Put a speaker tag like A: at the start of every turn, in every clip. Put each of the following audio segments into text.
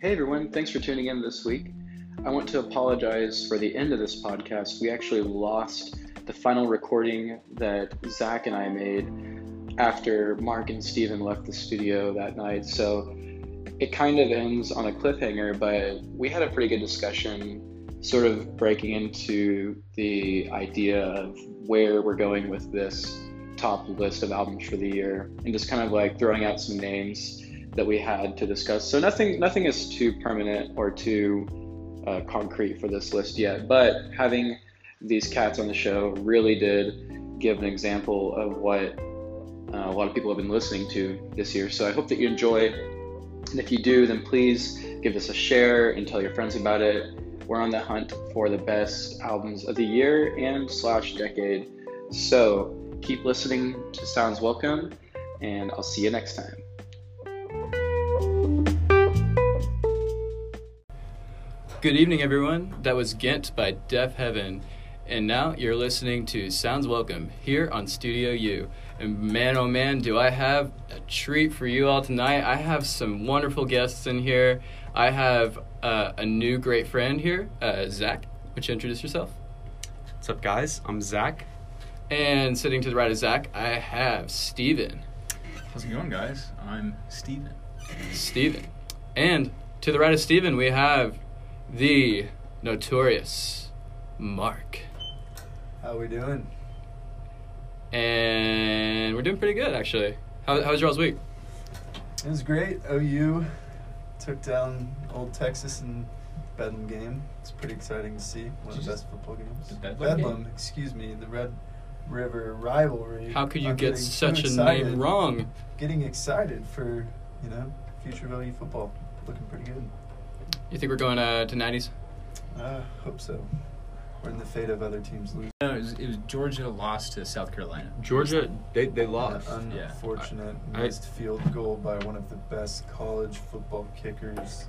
A: Hey everyone, thanks for tuning in this week. I want to apologize for the end of this podcast. We actually lost the final recording that Zach and I made after Mark and Steven left the studio that night. So it kind of ends on a cliffhanger, but we had a pretty good discussion, sort of breaking into the idea of where we're going with this top list of albums for the year and just kind of like throwing out some names that we had to discuss. So nothing nothing is too permanent or too uh, concrete for this list yet, but having these cats on the show really did give an example of what uh, a lot of people have been listening to this year. So I hope that you enjoy. And if you do, then please give this a share and tell your friends about it. We're on the hunt for the best albums of the year and slash decade. So keep listening to Sounds Welcome, and I'll see you next time.
B: Good evening, everyone. That was Ghent by Deaf Heaven. And now you're listening to Sounds Welcome here on Studio U. And man, oh man, do I have a treat for you all tonight. I have some wonderful guests in here. I have uh, a new great friend here, uh, Zach. Would you introduce yourself?
C: What's up, guys? I'm Zach.
B: And sitting to the right of Zach, I have Steven.
D: How's it going, guys? I'm Steven.
B: Steven. And to the right of Steven, we have the notorious Mark.
E: How we doing?
B: And we're doing pretty good, actually. How, how was y'all's week?
E: It was great. OU took down Old Texas in Bedlam game. It's pretty exciting to see. One of
D: Did
E: the
D: you
E: best football games.
D: The Bedlam game?
E: excuse me, the Red River rivalry.
B: How could you
E: I'm
B: get
E: getting too
B: such a
E: excited-
B: name wrong?
E: Getting excited for you know future of OU football. Looking pretty good.
B: You think we're going uh, to 90s?
E: Uh, hope so. We're in the fate of other teams losing.
D: No, it was, it was Georgia lost to South Carolina.
C: Georgia, they, they lost.
E: An
D: Yeah.
E: unfortunate
C: I- I-
E: missed field goal by one of the best college football kickers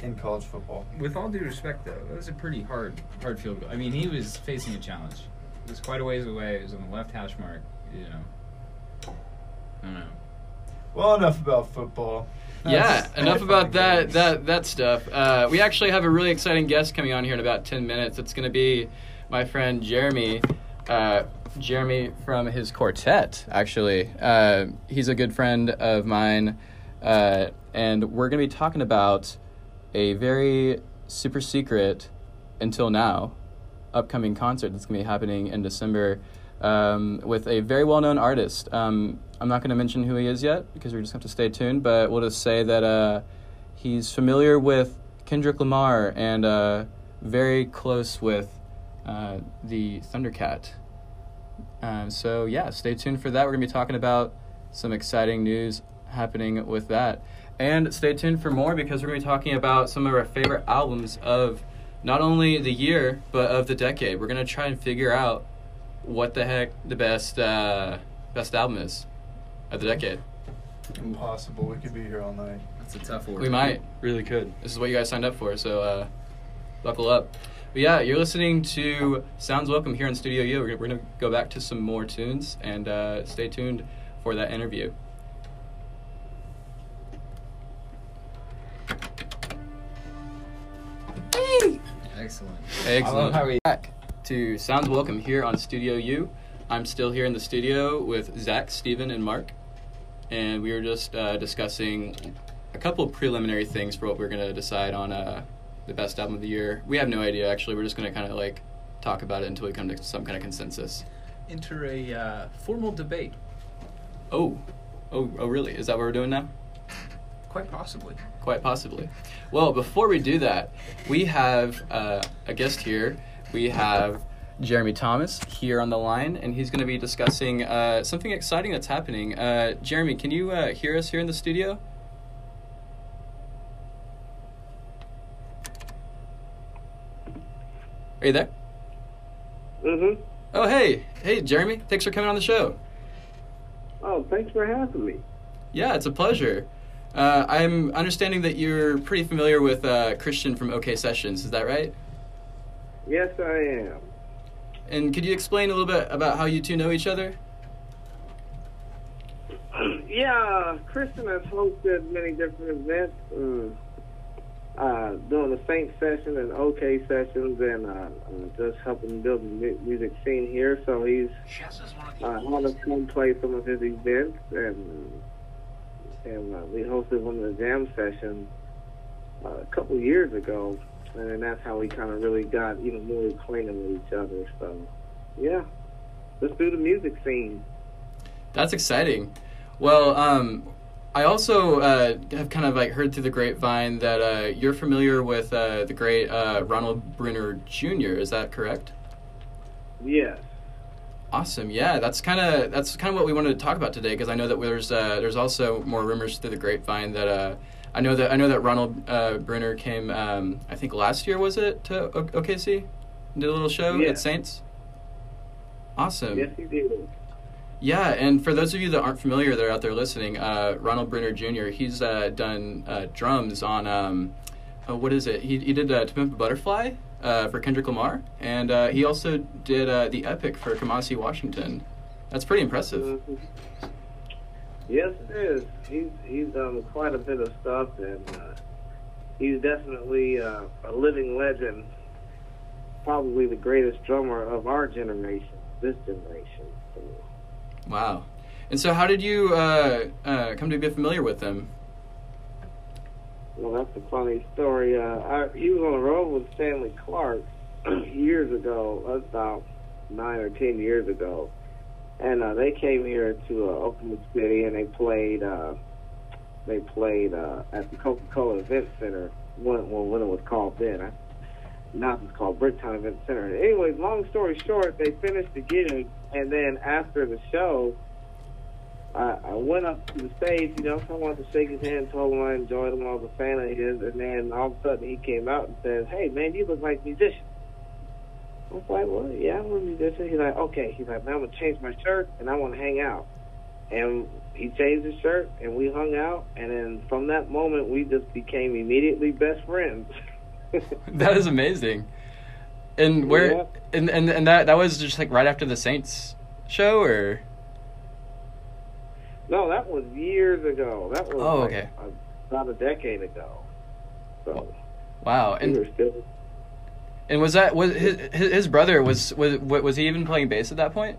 E: in college football.
D: With all due respect, though, that was a pretty hard, hard field goal. I mean, he was facing a challenge. It was quite a ways away. It was on the left hash mark. You know, I don't know.
E: Well, enough about football.
B: Yeah,
E: That's-
B: enough about that
E: Games.
B: that that stuff. Uh, we actually have a really exciting guest coming on here in about ten minutes. It's going to be my friend Jeremy, uh, Jeremy from his quartet. Actually, uh, he's a good friend of mine, uh, and we're going to be talking about a very super secret until now upcoming concert that's going to be happening in December um, with a very well known artist. Um, I'm not going to mention who he is yet because we just have to stay tuned, but we'll just say that uh, he's familiar with Kendrick Lamar and uh, very close with uh, the Thundercat. Um, so, yeah, stay tuned for that. We're going to be talking about some exciting news happening with that. And stay tuned for more because we're going to be talking about some of our favorite albums of not only the year, but of the decade. We're going to try and figure out what the heck the best uh, best album is of the decade.
E: Impossible. We could be here all night.
D: That's a tough order.
B: We might.
C: Really could.
B: This is what you guys signed up for, so uh, buckle up. But yeah, you're listening to Sounds Welcome here in Studio U. We're, we're going to go back to some more tunes and uh, stay tuned for that interview.
D: Excellent.
B: Excellent.
C: I love how he-
B: back to Sounds Welcome here on Studio U. I'm still here in the studio with Zach, Steven, and Mark, and we were just uh, discussing a couple preliminary things for what we're gonna decide on uh, the best album of the year. We have no idea actually. We're just gonna kind of like talk about it until we come to some kind of consensus.
D: Enter a uh, formal debate.
B: Oh, oh, oh, really? Is that what we're doing now?
D: Quite possibly.
B: Quite possibly. Well, before we do that, we have uh, a guest here. We have Jeremy Thomas here on the line, and he's going to be discussing uh, something exciting that's happening. Uh, Jeremy, can you uh, hear us here in the studio? Are you there?
F: Mm-hmm.
B: Oh, hey. Hey, Jeremy. Thanks for coming on the show.
F: Oh, thanks for having me.
B: Yeah, it's a pleasure. Uh, I'm understanding that you're pretty familiar with uh, Christian from OK Sessions. Is that right?
F: Yes, I am.
B: And could you explain a little bit about how you two know each other?
F: yeah, Kristen has hosted many different events, mm, uh, doing the Saint session and OK sessions, and uh, uh, just helping build the mu- music scene here. So he's uh, had us come play some of his events, and and uh, we hosted one of the jam sessions uh, a couple years ago, and then that's how we kind of really got even more acquainted with each other. So, yeah, let's do the music scene.
B: That's exciting. Well, um, I also uh, have kind of like heard through the grapevine that uh, you're familiar with uh, the great uh, Ronald Bruner Jr. Is that correct?
F: Yes.
B: Awesome. Yeah, that's kind of that's kind of what we wanted to talk about today because I know that there's uh, there's also more rumors through the grapevine that uh, I know that I know that Ronald uh, Bruner came um, I think last year was it to o- OKC and did a little show
F: Yeah.
B: at Saints. Awesome.
F: Yes, he did.
B: Yeah, and for those of you that aren't familiar that are out there listening, uh, Ronald Bruner Jr. He's uh, done uh, drums on um, oh, what is it? He he did uh, "To Pimp a Butterfly" uh, for Kendrick Lamar, and uh, he also did uh, the epic for Kamasi Washington. That's pretty impressive.
F: Mhm. Yes, it is. He's he's done quite a bit of stuff, and uh, he's definitely uh, a living legend. Probably the greatest drummer of our generation, this generation. So,
B: Wow. And so, how did you uh, uh, come to be familiar with him?
F: Well, that's a funny story. Uh, I, he was on the road with Stanley Clark years ago, that's about nine or ten years ago, and uh, they came here to uh, Oklahoma City and they played. Uh, they played uh, at the Coca-Cola Event Center when, well, when it was called then. I, now it's called Bricktown Event Center. Anyways, long story short, they finished the gig, and then after the show, I, I went up to the stage, you know, I wanted to shake his hand, told him I enjoyed him, I was a fan of his, and then all of a sudden he came out and says, hey, man, you look like a musician. I was like, well, yeah, I'm a musician. He's like, okay. He's like, man, I'm going to change my shirt, and I want to hang out. And he changed his shirt, and we hung out, and then from that moment, we just became immediately best friends.
B: That is amazing. And where
F: Yeah.
B: and, and and that that was just like right after the Saints show, or
F: no, that was years ago. That was
B: Oh,
F: like,
B: okay.
F: a- about a decade ago. So
B: wow. And
F: we were still
B: And was that was his his his brother was was wa- was he even playing bass at that point?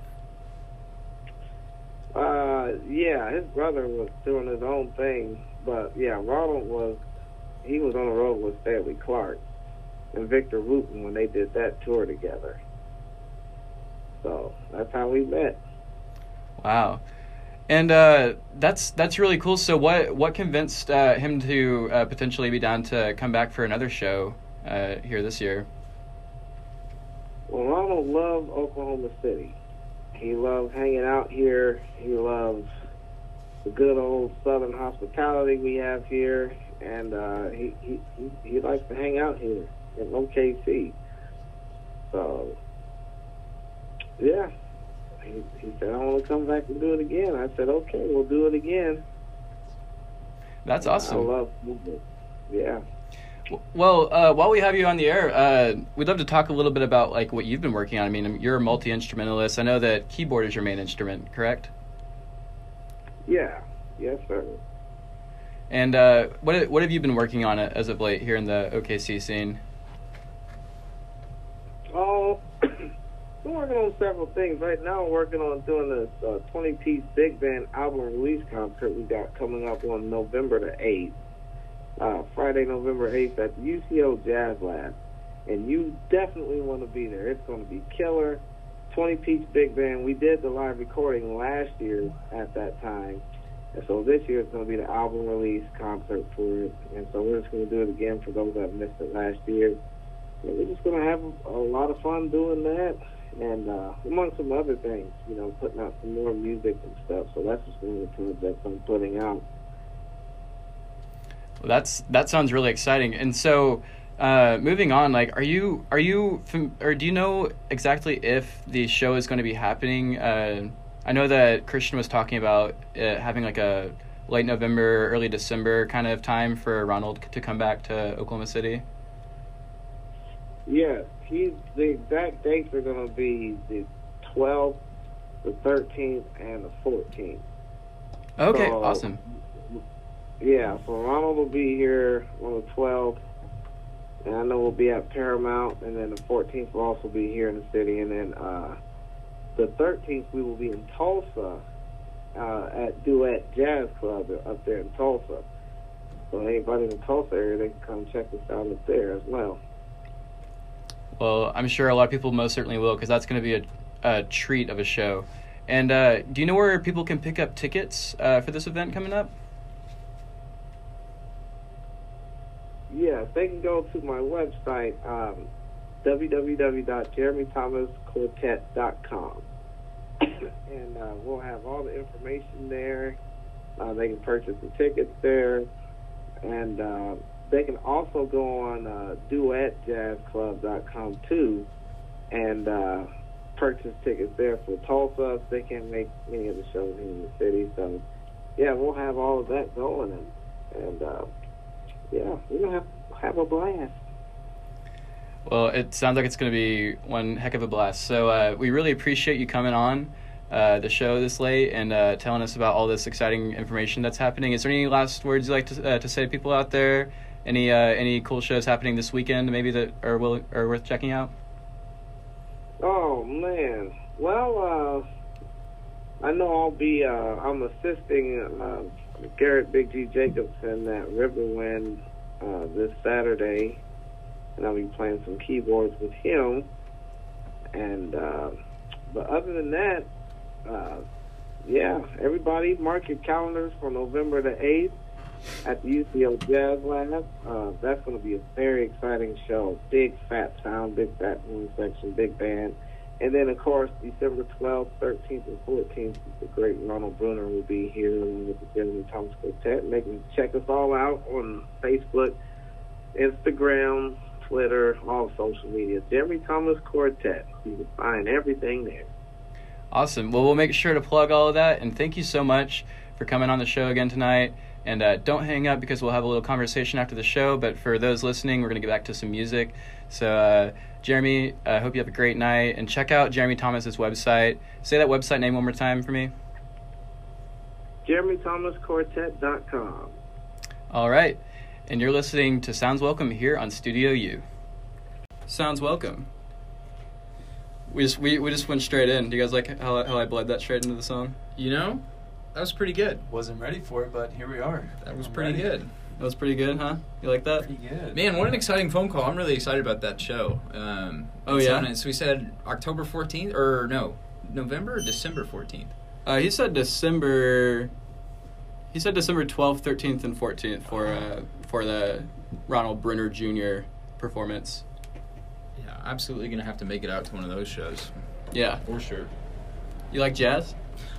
F: Uh, yeah, his brother was doing his own thing, but yeah, Ronald was he was on the road with Stanley Clark and Victor Wooten when they did that tour together. So that's how we met.
B: Wow, and uh, that's that's really cool. So what what convinced uh, him to uh, potentially be down to come back for another show uh, here this year?
F: Well, Ronald loved Oklahoma City. He loved hanging out here. He loves the good old Southern hospitality we have here, and uh, he, he he he likes to hang out here in OKC. So, yeah, he, he said I want to come back and do it again. I said okay, we'll do it again.
B: That's
F: I
B: awesome.
F: love movement. Yeah.
B: W- Well, uh, while we have you on the air, uh, we'd love to talk a little bit about like what you've been working on. I mean, um, you're a multi instrumentalist. I know that keyboard is your main instrument, correct?
F: Yeah. Yes, sir.
B: And uh, what what have you been working on uh, as of late here in the OKC scene?
F: Oh, I'm working on several things right now. I'm working on doing this uh, 20-piece big band album release concert we got coming up on November the 8th, uh, Friday, November 8th at the UCO Jazz Lab, and you definitely want to be there. It's going to be killer. 20-piece big band. We did the live recording last year at that time. And so this year it's going to be the album release concert for it. And so we're just going to do it again for those that missed it last year. Yeah, we're just gonna have a lot of fun doing that, and uh, among some other things, you know, putting out some more music and stuff. So that's just one of the projects I'm putting out.
B: Well, that's that sounds really exciting. And so, uh, moving on, like, are you are you fam- or do you know exactly if the show is going to be happening? Uh, I know that Christian was talking about uh, having like a late November, early December kind of time for Ronald to come back to Oklahoma City.
F: Yes, he's the exact dates are gonna be the 12th, the 13th, and the 14th.
B: Okay,
F: So-
B: awesome.
F: Yeah, so Ronald will be here on the 12th, and I know we'll be at Paramount, and then the 14th will also be here in the city, and then uh, the 13th we will be in Tulsa uh, at Duet Jazz Club up there in Tulsa. So anybody in the Tulsa area, they can come check us out up there as well.
B: Well, I'm sure a lot of people most certainly will because that's going to be a, a treat of a show. And uh, do you know where people can pick up tickets uh, for this event coming up?
F: Yeah, they can go to my website, um, www.jeremythomasquartet.com. and uh, we'll have all the information there. Uh, they can purchase the tickets there. And uh, they can also go on uh, duetjazzclub.com too and uh, purchase tickets there for Tulsa. They can't make any of the shows here in the city. So, yeah, we'll have all of that going. And, and uh, yeah, we're gonna have have a blast.
B: Well, it sounds like it's going to be one heck of a blast. So uh, we really appreciate you coming on uh, the show this late and uh, telling us about all this exciting information that's happening. Is there any last words you'd like to, uh, to say to people out there? Any uh, any cool shows happening this weekend? Maybe that are will are worth checking out.
F: Oh man. Well, uh, I know I'll be. Uh, I'm assisting uh, Garrett Big G Jacobson at Riverwind uh, this Saturday, and I'll be playing some keyboards with him. And uh, but other than that, uh, yeah, everybody mark your calendars for November the eighth at the UCL Jazz Lab. Uh, that's going to be a very exciting show. Big fat sound, big fat room section, big band. And then, of course, December 12th, 13th, and 14th, the great Ronald Bruner will be here along with the Jeremy Thomas Quartet. Make them check us all out on Facebook, Instagram, Twitter, all social media. Jeremy Thomas Quartet. You can find everything there.
B: Awesome. Well, we'll make sure to plug all of that. And thank you so much for coming on the show again tonight. And uh, don't hang up because we'll have a little conversation after the show. But for those listening, we're going to get back to some music. So, uh, Jeremy, I hope you have a great night. And check out Jeremy Thomas's website. Say that website name one more time for me.
F: JeremyThomasQuartet.com.
B: All right. And you're listening to Sounds Welcome here on Studio U. Sounds Welcome. We just, we, we just went straight in. Do you guys like how, how I bled that straight into the song?
D: You know, that was pretty good.
E: Wasn't ready for it, but here we are.
D: That was
E: I'm
D: pretty
E: ready.
D: good.
B: That was pretty good, huh? You like that?
E: Pretty good.
D: Man, what an exciting phone call! I'm really excited about that show. Um,
B: Oh,
D: it's
B: yeah?
D: on- So we said October 14th, or no, November or December 14th.
B: Uh, he said December. He said December twelfth, thirteenth, and fourteenth for uh, for the Ronald Brenner Jr. performance.
D: Yeah, absolutely gonna have to make it out to one of those shows
B: Yeah,
D: for sure.
B: you like jazz?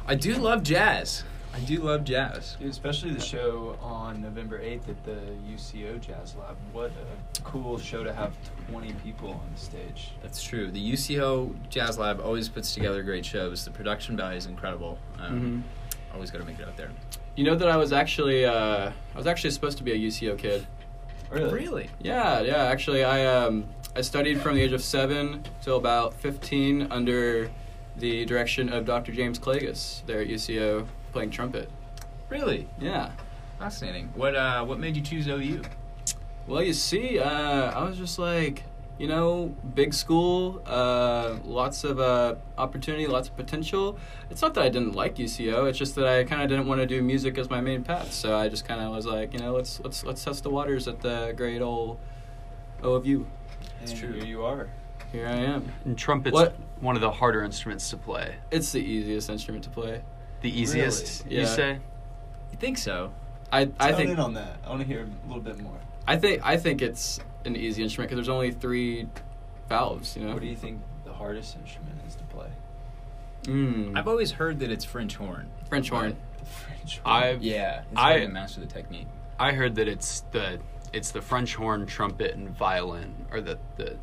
D: I do love jazz. I do love jazz.
E: Dude, especially the show on November 8th at the UCO Jazz Lab. What a cool show to have 20 people on the stage.
D: That's true. The UCO Jazz Lab always puts together great shows. The production value is incredible. Um, Always got to make it out there.
B: You know that I was actually uh, I was actually supposed to be a UCO kid.
E: Really?
B: Yeah, yeah. Actually, I um, I studied from the age of seven till about fifteen under the direction of Dr. James Clagus there at UCO playing trumpet.
D: Really?
B: Yeah.
D: Fascinating. What uh, What made you choose OU?
B: Well, you see, uh, I was just like, you know, big school, uh, lots of uh, opportunity, lots of potential. It's not that I didn't like UCO. It's just that I kind of didn't want to do music as my main path. So I just kind of was like, you know, let's let's let's test the waters at the great old O of U.
E: That's
D: true.
E: Here you are.
B: Here I am.
C: And trumpet's
B: What?
C: one of the harder instruments to play.
B: It's the easiest instrument to play.
C: The easiest,
B: Really?
C: you
B: Yeah.
C: say?
D: You think so?
B: I I
E: Tone in
B: think
E: on that. I want to hear a little bit more.
B: I think I think it's an easy instrument because there's only three valves. You know.
E: What do you think the hardest instrument is to play?
B: Mm.
D: I've always heard that it's French horn.
B: French horn.
E: The French
C: I've
D: Yeah, it's
C: I-
D: hard to master the technique.
C: I heard that it's the it's the French horn, trumpet, and violin are the the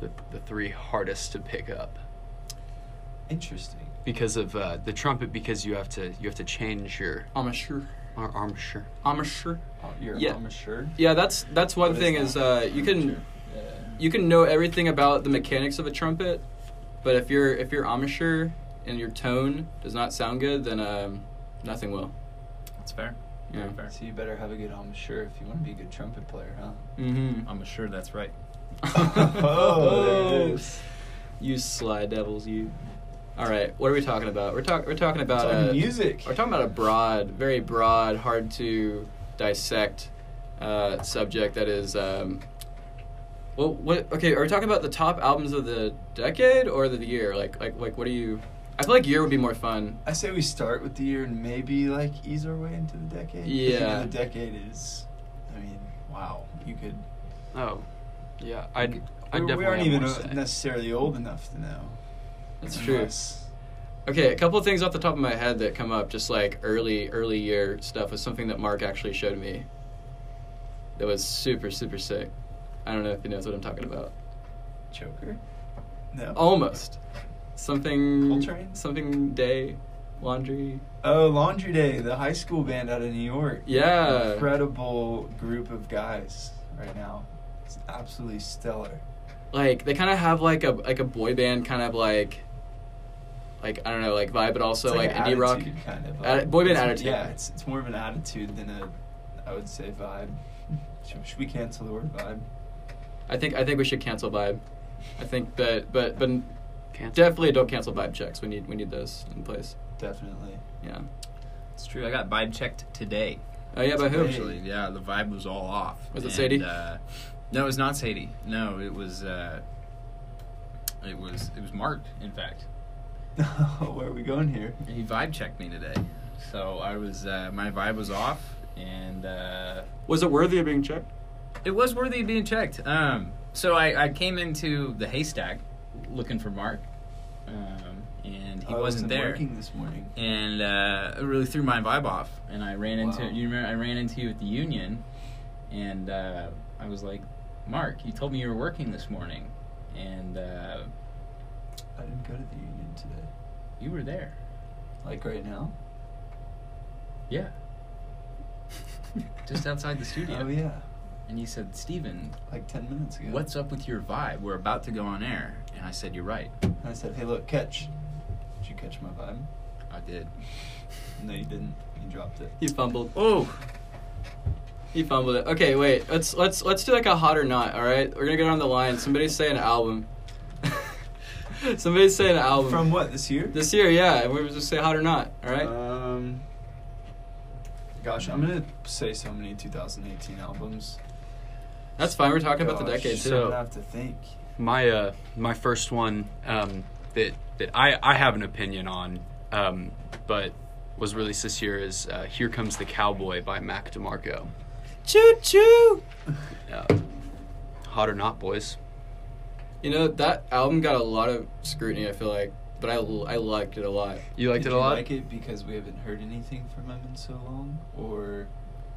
C: the, the three hardest to pick up
E: Interesting.
C: because of uh, the trumpet because you have to you have to change your
B: Amateur.
C: ar- armature.
B: Amateur.
E: Oh, You're
B: Yeah.
E: I'm sure.
B: Yeah, that's that's one
E: What is
B: thing
E: that?
B: is uh, you can you can know everything about the mechanics of a trumpet, but if you're if you're amateur and your tone does not sound good, then um, nothing will.
D: That's fair.
B: Yeah.
D: Very fair.
E: So you better have a good I'm sure if you want to be a good trumpet player, huh?
B: Mm-hmm.
D: I'm sure that's right.
E: Oh, there it is.
B: You sly devils, you. All right, what are we talking about? We're talking. We're talking about
E: It's on
B: uh,
E: music.
B: We're talking about a broad, very broad, hard to dissect uh, subject that is. Um, well, what? Okay, are we talking about the top albums of the decade or the year? Like, like, like, what are you? I feel like year would be more fun.
E: I say we start with the year and maybe like ease our way into the decade. 'Cause, You
B: Yeah.
E: know, the decade is, I mean, wow. You could.
C: Oh, yeah. I'd, I
E: we-
C: definitely
E: we aren't
C: have
E: even
C: more
E: uh,
C: say.
E: necessarily old enough to know.
B: That's true.
E: Unless-
B: Okay, a couple of things off the top of my head that come up, just like early, early year stuff, was something that Mark actually showed me. That was super, super sick. I don't know if he knows what I'm talking about.
E: Joker. No.
B: Almost. Something.
E: Coltrane?
B: Something day, laundry.
E: Oh, Laundry Day, the high school band out of New York.
B: Yeah.
E: Incredible group of guys right now. It's absolutely stellar.
B: Like they kind of have like a like a boy band kind of like, like I don't know like vibe, but also
E: It's
B: like,
E: an
B: indie rock.
E: attitude kind of.
B: Atti- boy band
E: it's-
B: attitude.
E: Yeah, it's it's more of an attitude than a, I would say vibe. Should, should we cancel the word vibe?
B: I think I think we should cancel vibe. I think that but but
C: Cancel.
B: definitely don't cancel vibe checks. We need we need those in place.
E: Definitely.
B: Yeah.
D: It's true. I got vibe checked today.
B: Oh yeah, by who?
D: Actually, yeah, the vibe was all off.
B: Was it
D: And,
B: Sadie?
D: Uh, no, it was not Sadie. No, it was. Uh, it was. It was Mark. In fact,
E: Where are we going here?
D: he vibe checked me today, so I was. Uh, my vibe was off, and. Uh,
B: Was it worthy of being checked?
D: It was worthy of being checked. Um, so I, I came into the haystack looking for Mark, um, and he
E: Oh, I
D: wasn't there.
E: Working this morning.
D: And uh, it really threw my vibe off. And I ran
E: Wow.
D: into you. Remember, I ran into you at the union, and uh, I was like, "Mark, you told me you were working this morning, and uh,
E: I didn't go to the union today.
D: you were there."
E: Like right now.
D: Yeah. Just outside the studio.
E: Oh yeah.
D: And he said, "Steven,
E: Like ten minutes ago.
D: what's up with your vibe? We're about to go on air." And I said, "You're right.
E: And I said, hey, look, catch. Did you catch my vibe?
D: I did."
E: No, you didn't. You dropped it.
B: He fumbled.
D: Oh,
B: He fumbled it. Okay, wait. Let's let's let's do like a hot or not. All right, we're gonna go down the line. Somebody say an album. Somebody say an album
E: From what this year?
B: this year. Yeah, and we just say hot or not. All right.
E: Um. Gosh, I'm gonna say so many 2018 albums.
B: That's fine. We're talking about the
E: Gosh,
B: decade too.
E: So I have to think.
C: my uh my first one um that that I I have an opinion on um but was released this year is uh, Here Comes the Cowboy by Mac DeMarco.
B: Choo choo.
C: Uh, hot or not, boys?
B: You know that album got a lot of scrutiny. I feel like, but I l- I liked it a lot.
C: You liked
E: Did
C: it a
E: you
C: lot.
E: Like it because we haven't heard anything from him in so long, or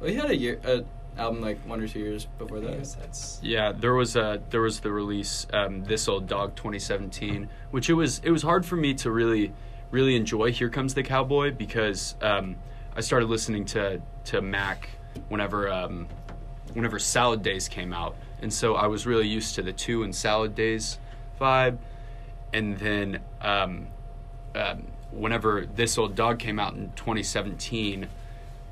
B: Well, he had a year a album like one or two years before
E: I guess
B: that.
E: that's
C: Yeah, there was uh there was the release um, this old dog 2017, which it was it was hard for me to really really enjoy. Here comes the cowboy because um, I started listening to to Mac whenever um, whenever Salad Days came out, and so I was really used to the two and Salad Days vibe, and then um, um, whenever this old dog came out in 2017.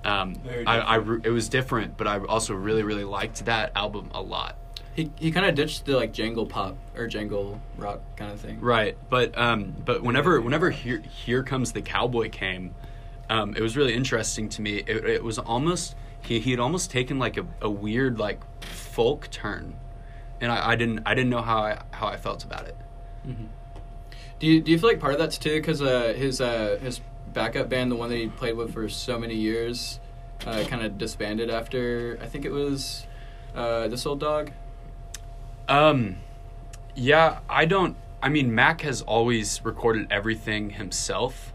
C: Um,
E: Very
C: I, I re- it was different, but I also really really liked that album a lot.
B: He he kind of ditched the like jangle pop or jangle rock kind of thing.
C: Right, but um, but whenever whenever here here comes the cowboy came, um, it was really interesting to me. It, it was almost he he had almost taken like a, a weird like folk turn, and I, I didn't I didn't know how I how I felt about it.
B: Do you, do you feel like part of that's too because uh, his uh, his backup band, the one that he played with for so many years, uh, kind of disbanded after I think it was uh, this old dog.
C: Um, yeah, I don't. I mean, Mac has always recorded everything himself,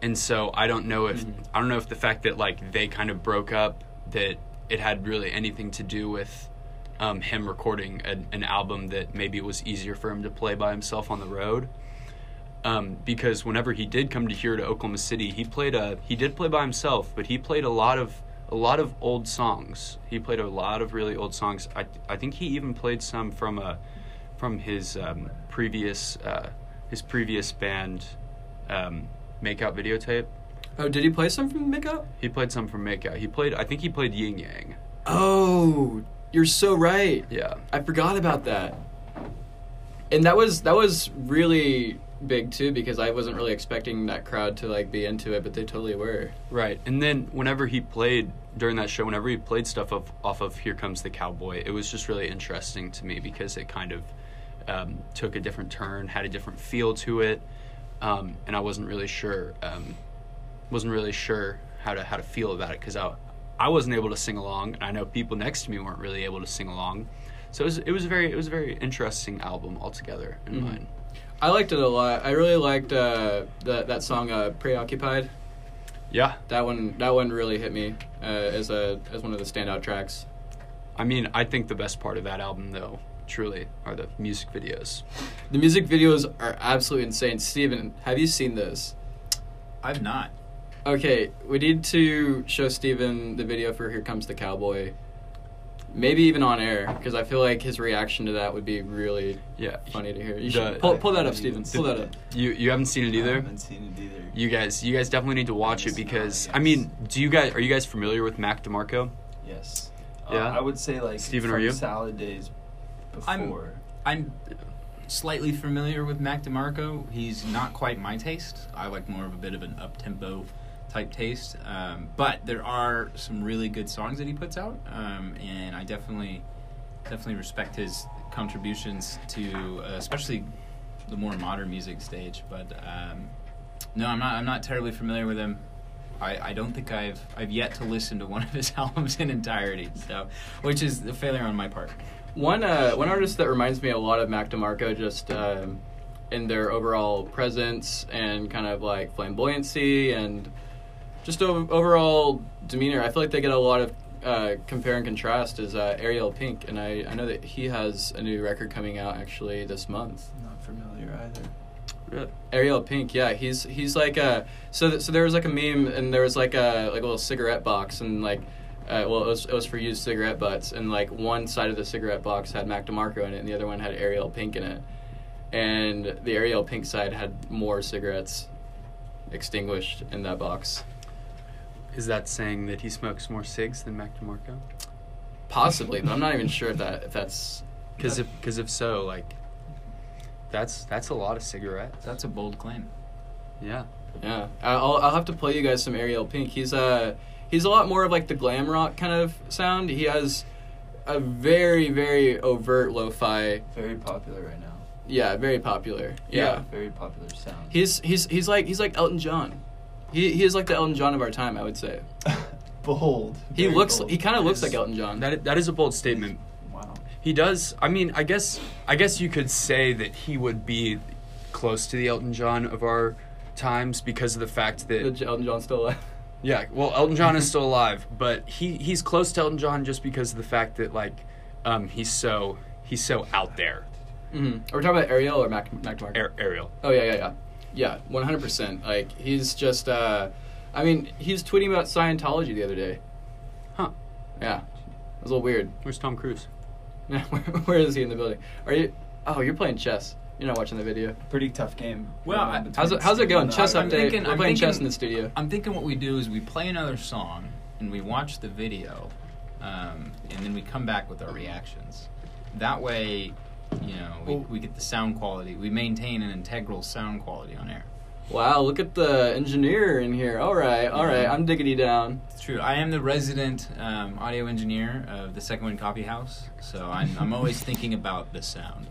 C: and so I don't know if I don't know if the fact that like they kind of broke up that it had really anything to do with um, him recording an, an album that maybe it was easier for him to play by himself on the road. Um, because whenever he did come to here to Oklahoma City, he played a he did play by himself, but he played a lot of a lot of old songs. He played a lot of really old songs. I I think he even played some from a from his um, previous uh, his previous band um, makeout videotape.
B: Oh, did he play some from Miko?
C: He played some for Makeout. He played. I think he played Ying Yang.
B: Oh, you're so right.
C: Yeah.
B: I forgot about that. And that was that was really big too because I wasn't really expecting that crowd to like be into it, but they totally were.
C: Right. And then whenever he played during that show, whenever he played stuff of, off of Here Comes the Cowboy, it was just really interesting to me because it kind of um, took a different turn, had a different feel to it, um, and I wasn't really sure um, wasn't really sure how to how to feel about it because I I wasn't able to sing along, and I know people next to me weren't really able to sing along. So it was it was a very it was a very interesting album altogether in mine.
B: I liked it a lot. I really liked uh, that that song uh, "Preoccupied."
C: Yeah.
B: That one that one really hit me uh, as a as one of the standout tracks.
C: I mean, I think the best part of that album though, truly, are the music videos.
B: The music videos are absolutely insane. Steven, have you seen this?
D: I've not.
B: Okay, we need to show Steven the video for Here Comes the Cowboy. Maybe even on air, because I feel like his reaction to that would be really
C: Yeah.
B: funny to hear. You
C: The-
B: should pull, pull that up, Steven. Pull that up.
C: You you haven't seen it
E: I
C: either.
E: haven't seen it either.
C: You guys, you guys definitely need to watch it
E: Yes,
C: because
E: uh,
C: I mean,
E: yes.
C: do you guys are you guys familiar with Mac DeMarco?
E: Yes.
C: Yeah?
E: Uh, I would say like
C: Steven,
E: from
C: are you?
E: salad days
D: I'm-
E: before.
D: I'm slightly familiar with Mac DeMarco. He's not quite my taste. I like more of a bit of an up tempo type taste. Um, but there are some really good songs that he puts out, um, and I definitely definitely respect his contributions to uh, especially the more modern music stage. But um, no, I'm not I'm not terribly familiar with him. I, I don't think I've I've yet to listen to one of his albums in entirety, so which is a failure on my part.
B: One uh, one artist that reminds me a lot of Mac DeMarco, just um, in their overall presence and kind of like flamboyancy and just o- overall demeanor. I feel like they get a lot of uh, compare and contrast. Is uh, Ariel Pink, and I, I know that he has a new record coming out actually this month.
E: Not familiar either.
B: Ariel Pink, yeah, he's he's like a so th- so there was like a meme and there was like a like a little cigarette box and like uh, well it was it was for used cigarette butts and like one side of the cigarette box had Mac DeMarco in it and the other one had Ariel Pink in it and the Ariel Pink side had more cigarettes extinguished in that box
C: Is that saying that he smokes more cigs than Mac DeMarco?
B: possibly but I'm not even sure if that if that's
C: Because if because if so, like, that's that's a lot of cigarettes.
D: That's a bold claim.
C: Yeah.
B: Yeah, I- I'll I'll have to play you guys some Ariel Pink. He's uh he's a lot more of like the glam rock kind of sound. He has a very very overt lo-fi.
E: Very popular right now.
B: Yeah, very popular. Yeah.
E: Very popular sound.
B: He's he's he's like he's like Elton John. He he is like the Elton John of our time, I would say.
E: bold.
B: He
E: Very
B: looks
E: bold.
B: he kind of looks like
C: Yes.
B: Elton John.
C: That that is a bold statement.
E: Wow.
C: He does. I mean, I guess I guess you could say that he would be close to the Elton John of our times because of the fact that
B: Is Elton John still alive.
C: Yeah, well, Elton John is still alive, but he he's close to Elton John just because of the fact that like um, he's so he's so out there.
B: Mm-hmm. Are we talking about Ariel or Mac Mac DeMarco?
C: Ar- Ariel.
B: Oh yeah, yeah, yeah, yeah, one hundred percent. Like he's just, uh, I mean, he's tweeting about Scientology the other day.
C: Huh.
B: Yeah, it was a little weird.
C: Where's Tom Cruise?
B: Now, where, where is he in the building? Are you? Oh, you're playing chess. You're not watching the video.
E: Pretty tough game.
D: Well,
E: going on
D: I-
E: between
B: How's it? How's it
E: Steven
B: going?
E: and I.
B: Chess
D: I'm
B: update.
D: thinking-
B: We're
D: I'm
B: playing chess
D: thinking-
B: in the studio.
D: I'm thinking what we do is we play another song and we watch the video, um, and then we come back with our reactions. That way, you know, we, we get the sound quality. We maintain an integral sound quality on air.
B: Wow, look at the engineer in here. All right, all right. I'm diggity down.
D: It's true. I am the resident um, audio engineer of the Second Wind Coffee House, so I'm, I'm always thinking about the sound.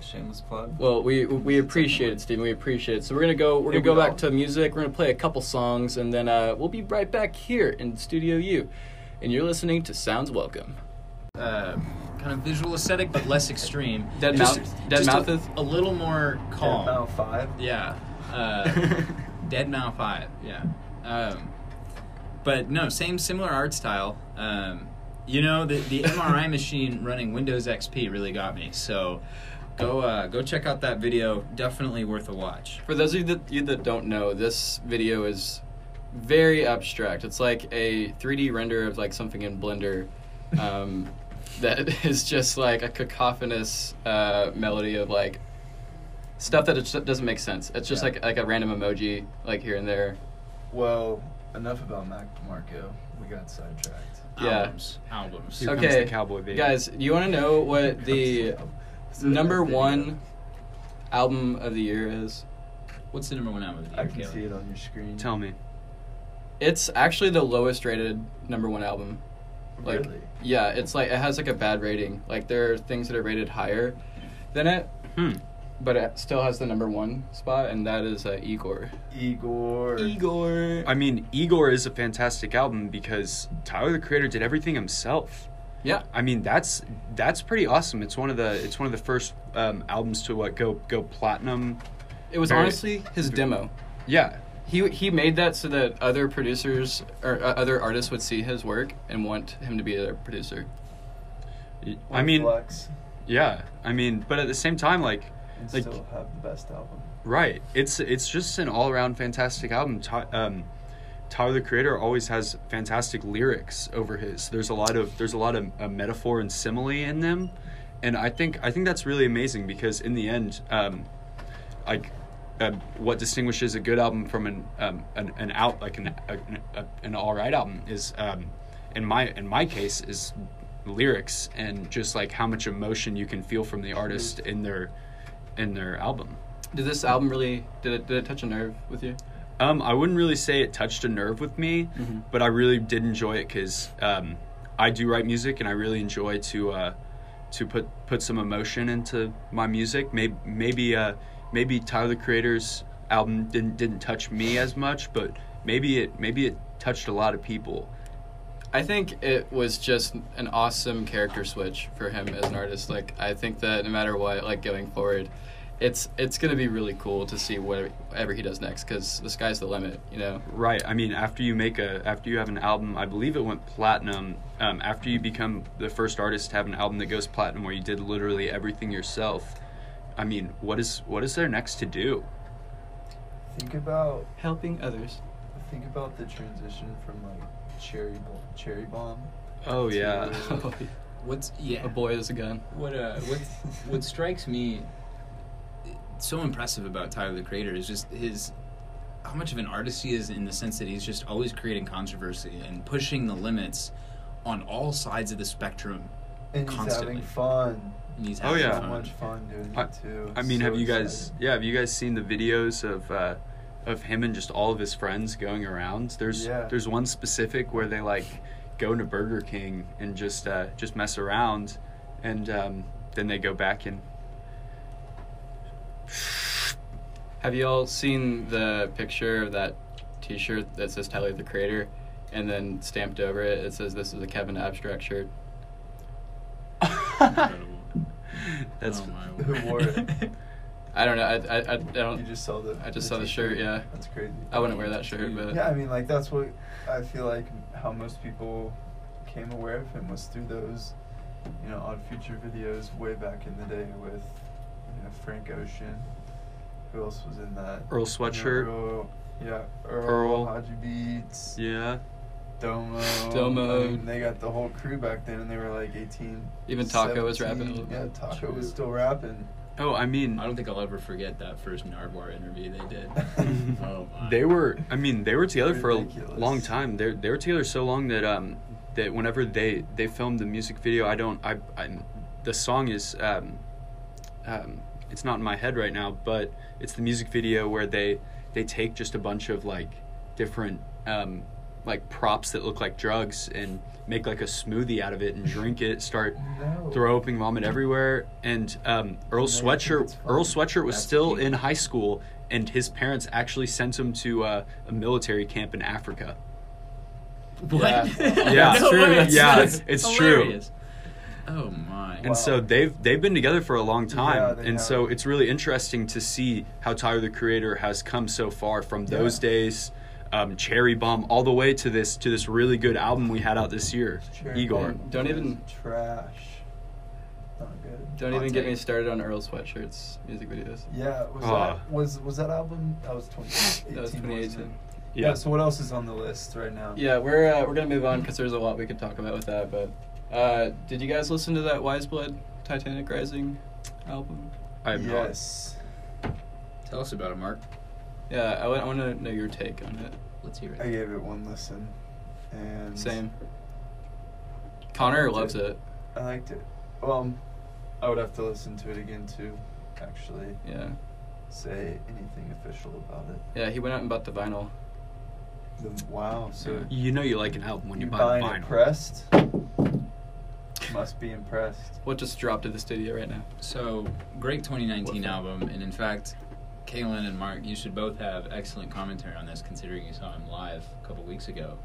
E: Shameless plug.
B: Well, we we appreciate it, Steven. We appreciate it. So we're gonna go. We're gonna
E: Yeah,
B: go
E: we
B: back
E: all-
B: to music. We're gonna play a couple songs, and then uh, we'll be right back here in Studio U. And you're listening to Sounds Welcome.
D: uh, kind of visual aesthetic, but less extreme.
B: Dead
D: Just-
B: mouth- dead
D: just
B: mouth
D: a,
B: is-
D: a little more calm.
E: Dead Mouse Five.
D: Yeah. Uh, Dead Mouth Five. Yeah. Um, but no, same similar art style. Um, you know the the MRI machine running Windows XP really got me. So go uh, go check out that video. Definitely worth a watch.
B: For those of you that, you that don't know, this video is very abstract. It's like a 3D render of like something in Blender um, that is just like a cacophonous uh, melody of like stuff that it just doesn't make sense. It's just
E: Yeah.
B: like like a random emoji like here and there.
E: Well, enough about Mac DeMarco. We got sidetracked.
B: Yeah.
D: Albums. Albums.
C: Here comes
B: Okay,
C: the cowboy baby.
B: Guys, you want to know what the number one album of the year is?
D: What's the number one album of the
E: I
D: year,
E: can
D: Caleb?
E: see it on your screen.
C: tell me.
B: It's actually the lowest rated number one album. Like,
E: Really?
B: yeah, it's like it has like a bad rating. Like there are things that are rated higher than it,
C: Hmm.
B: but it still has the number one spot, and that is uh, Igor.
E: Igor.
B: E- Igor.
C: I mean, Igor is a fantastic album because Tyler the Creator did everything himself.
B: Yeah.
C: I mean, that's that's pretty awesome. It's one of the it's one of the first um, albums to what go go platinum.
B: It was
C: Very-
B: honestly his demo.
C: Yeah,
B: He he made that so that other producers or uh, other artists would see his work and want him to be their producer.
C: I
E: One
C: mean,
E: Flex,
C: yeah, I mean, but at the same time, like,
E: and
C: like-
E: still have the best album.
C: right? It's it's just an all around fantastic album. Ty, um, Tyler the Creator always has fantastic lyrics over his. There's a lot of there's a lot of uh, metaphor and simile in them, and I think I think that's really amazing because in the end, um, like. Uh, what distinguishes a good album from an um, an, an out like an a, a, an all right album is um, in my in my case is lyrics and just like how much emotion you can feel from the artist in their in their album.
B: Did this album really did it did it touch a nerve with you?
C: Um, I wouldn't really say it touched a nerve with me, but I really did enjoy it because um, I do write music and I really enjoy to uh, to put put some emotion into my music. Maybe maybe uh, maybe Tyler the Creator's album didn't didn't touch me as much, but maybe it maybe it touched a lot of people.
B: I think it was just an awesome character switch for him as an artist. Like I think that no matter what, like going forward, it's it's gonna be really cool to see whatever, whatever he does next because the sky's the limit, you know.
C: Right. I mean, after you make a after you have an album, I believe it went platinum. Um, after you become the first artist to have an album that goes platinum, where you did literally everything yourself. I mean, what is what is there next to do?
E: Think about
B: Helping others.
E: think about the transition from like cherry Bo- cherry bomb.
C: Oh yeah.
D: What's yeah?
B: a boy is a gun.
D: What uh, what what strikes me so impressive about Tyler the Creator is just his how much of an artist he is in the sense that he's just always creating controversy and pushing the limits on all sides of the spectrum.
E: And he's
D: Constantly.
E: having fun.
D: And he's
C: Oh,
D: having
C: yeah.
E: so
D: fun.
E: much fun doing
C: I-
E: it too.
C: I mean,
E: So
C: have you guys?
E: exciting.
C: Yeah, have you guys seen the videos of uh, of him and just all of his friends going around? There's
E: Yeah.
C: there's one specific where they like go into Burger King and just uh, just mess around, and um, then they go back and
B: Have you all seen the picture of that T-shirt that says Tyler the Creator, and then stamped over it, it says this is a Kevin Abstract shirt.
D: Incredible.
C: that's
D: Oh, my
E: Who
D: word.
E: wore it?
B: I don't know. I I, I I
E: You
B: don't.
E: just saw the.
B: I just saw the shirt,
E: t-shirt.
B: yeah.
E: That's crazy.
B: I wouldn't wear that shirt, but
E: Yeah, I mean, like that's what I feel like how most people came aware of him was through those, you know, Odd Future videos way back in the day with you know, Frank Ocean. Who else was in that?
C: Earl Sweatshirt.
E: Earl, yeah,
C: Earl.
E: Earl, Haji Beats,
C: Yeah.
E: Domo.
B: Domo.
E: I mean, they got the whole crew back then, and they were like 18.
B: Even Taco was rapping a
E: 17.
B: little
E: Yeah,
B: bit.
E: Taco
D: True.
E: was still rapping.
C: Oh, I mean,
D: I don't think I'll ever forget that first Nardwar interview they did. Oh my.
C: they were. I mean, they were together for a
E: Ridiculous.
C: long time. They they were together so long that um that whenever they they filmed the music video, I don't I I the song is um um it's not in my head right now, but it's the music video where they they take just a bunch of like different um like props that look like drugs and make like a smoothie out of it and drink it, start
E: No.
C: throw open vomit everywhere. And um, Earl
E: Yeah, I think it's
C: Sweatshirt,
E: fun.
C: Earl Sweatshirt was
D: That's
C: still
D: cute.
C: in high school, and his parents actually sent him to uh, a military camp in Africa.
D: What?
B: Yeah.
C: Yeah. It's true.
D: way.
C: Yeah, it's true.
D: hilarious. Oh my.
C: And so they've they've been together for a long
E: Yeah,
C: time,
E: they
C: and
E: have.
C: so it's really interesting to see how Tyler the Creator has come so far from those days, um, Cherry Bomb, all the way to this to this really good album we had out this year,
E: Cherry
C: Igor.
E: Bomb
B: Don't
E: was
B: even-
E: trash. Not good.
B: Don't
D: Hot
B: even get
D: take.
B: me started on Earl Sweatshirt's music videos.
E: Yeah, was
C: Ah.
E: that was was that album? That was 2018.
B: That was
E: wasn't it?
B: 2018.
E: Yeah.
C: Yeah.
E: So what else is on the list right now?
B: Yeah, we're uh, we're gonna move on because there's a lot we could talk about with that. But uh, did you guys listen to that Wise Blood Titanic Rising album?
C: I have not-
E: yes.
D: Tell us about it, Mark.
B: Yeah, I want to know your take on it.
D: Let's hear
E: I
D: it.
E: gave it one listen, and
B: Same. Connor loves it.
E: I liked it. Well, um, I would have to listen to it again to actually
B: Yeah.
E: say anything official about it.
B: Yeah, he went out and bought the vinyl.
E: The, wow, so
C: You know you like an album when you,
E: you
C: buy
E: buying
C: vinyl.
E: it pressed? Must be impressed.
B: What just dropped to the studio right now?
D: So, great 2019
B: What?
D: album, and in fact, Kaylin and Mark, you should both have excellent commentary on this, considering you saw him live a couple weeks ago.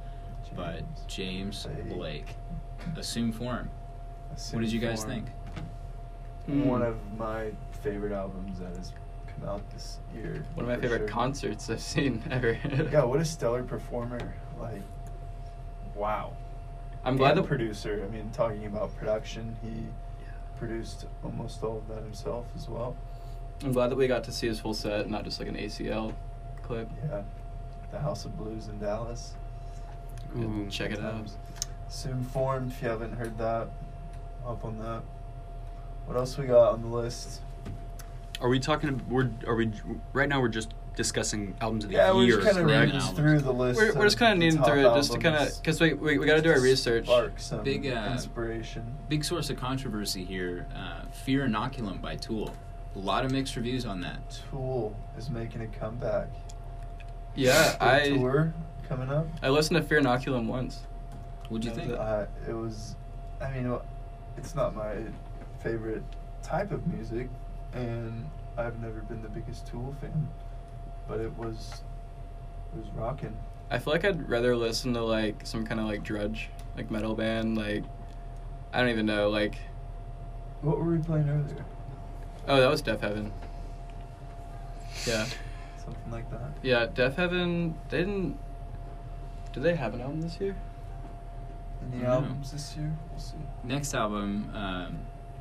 D: But James
E: Blake.
D: Blake, assume form.
E: Assume
D: What did you guys
E: Form.
D: think?
B: Hmm.
E: One of my favorite albums that has come out this year.
B: One of my
E: for
B: favorite
E: sure.
B: concerts I've seen ever.
E: Yeah, what a stellar performer! Like, wow.
B: I'm glad
E: the
B: the
E: producer. I mean, talking about production, he produced almost all of that himself as well.
B: I'm glad that we got to see his full set, not just like an ACL clip.
E: Yeah, the House of Blues in Dallas.
B: We could
C: Ooh.
B: Check it out.
E: Soon formed. If you haven't heard that, up on that. What else we got on the list?
C: Are we talking? We're are we right now? We're just discussing albums of the
E: yeah,
C: year.
E: we're just kind of
D: correct?
E: reading through the list.
B: We're, we're just kind of needing through it just to kind of because we we, we got to do our research.
E: Spark some
D: Big, uh,
E: inspiration.
D: Big source of controversy here uh, Fear Inoculum by Tool. A lot of mixed reviews on that.
E: Tool is making a comeback.
B: Yeah,
E: Big
B: I
E: tour coming up.
B: I listened to Fear Inoculum once.
D: What'd you
B: Yeah,
D: think?
B: the-
E: Uh, it was, I mean, well, it's not my favorite type of music, and I've never been the biggest Tool fan, but it was, it was rocking.
B: I feel like I'd rather listen to like some kind of like drudge like metal band like I don't even know like
E: What were we playing earlier?
B: oh that was Death Heaven. Yeah.
E: Something like that.
B: Yeah, Death Heaven. They didn't. Did they have an album this year?
E: Any
D: I don't know.
E: albums this year? We'll see.
D: Next album, um,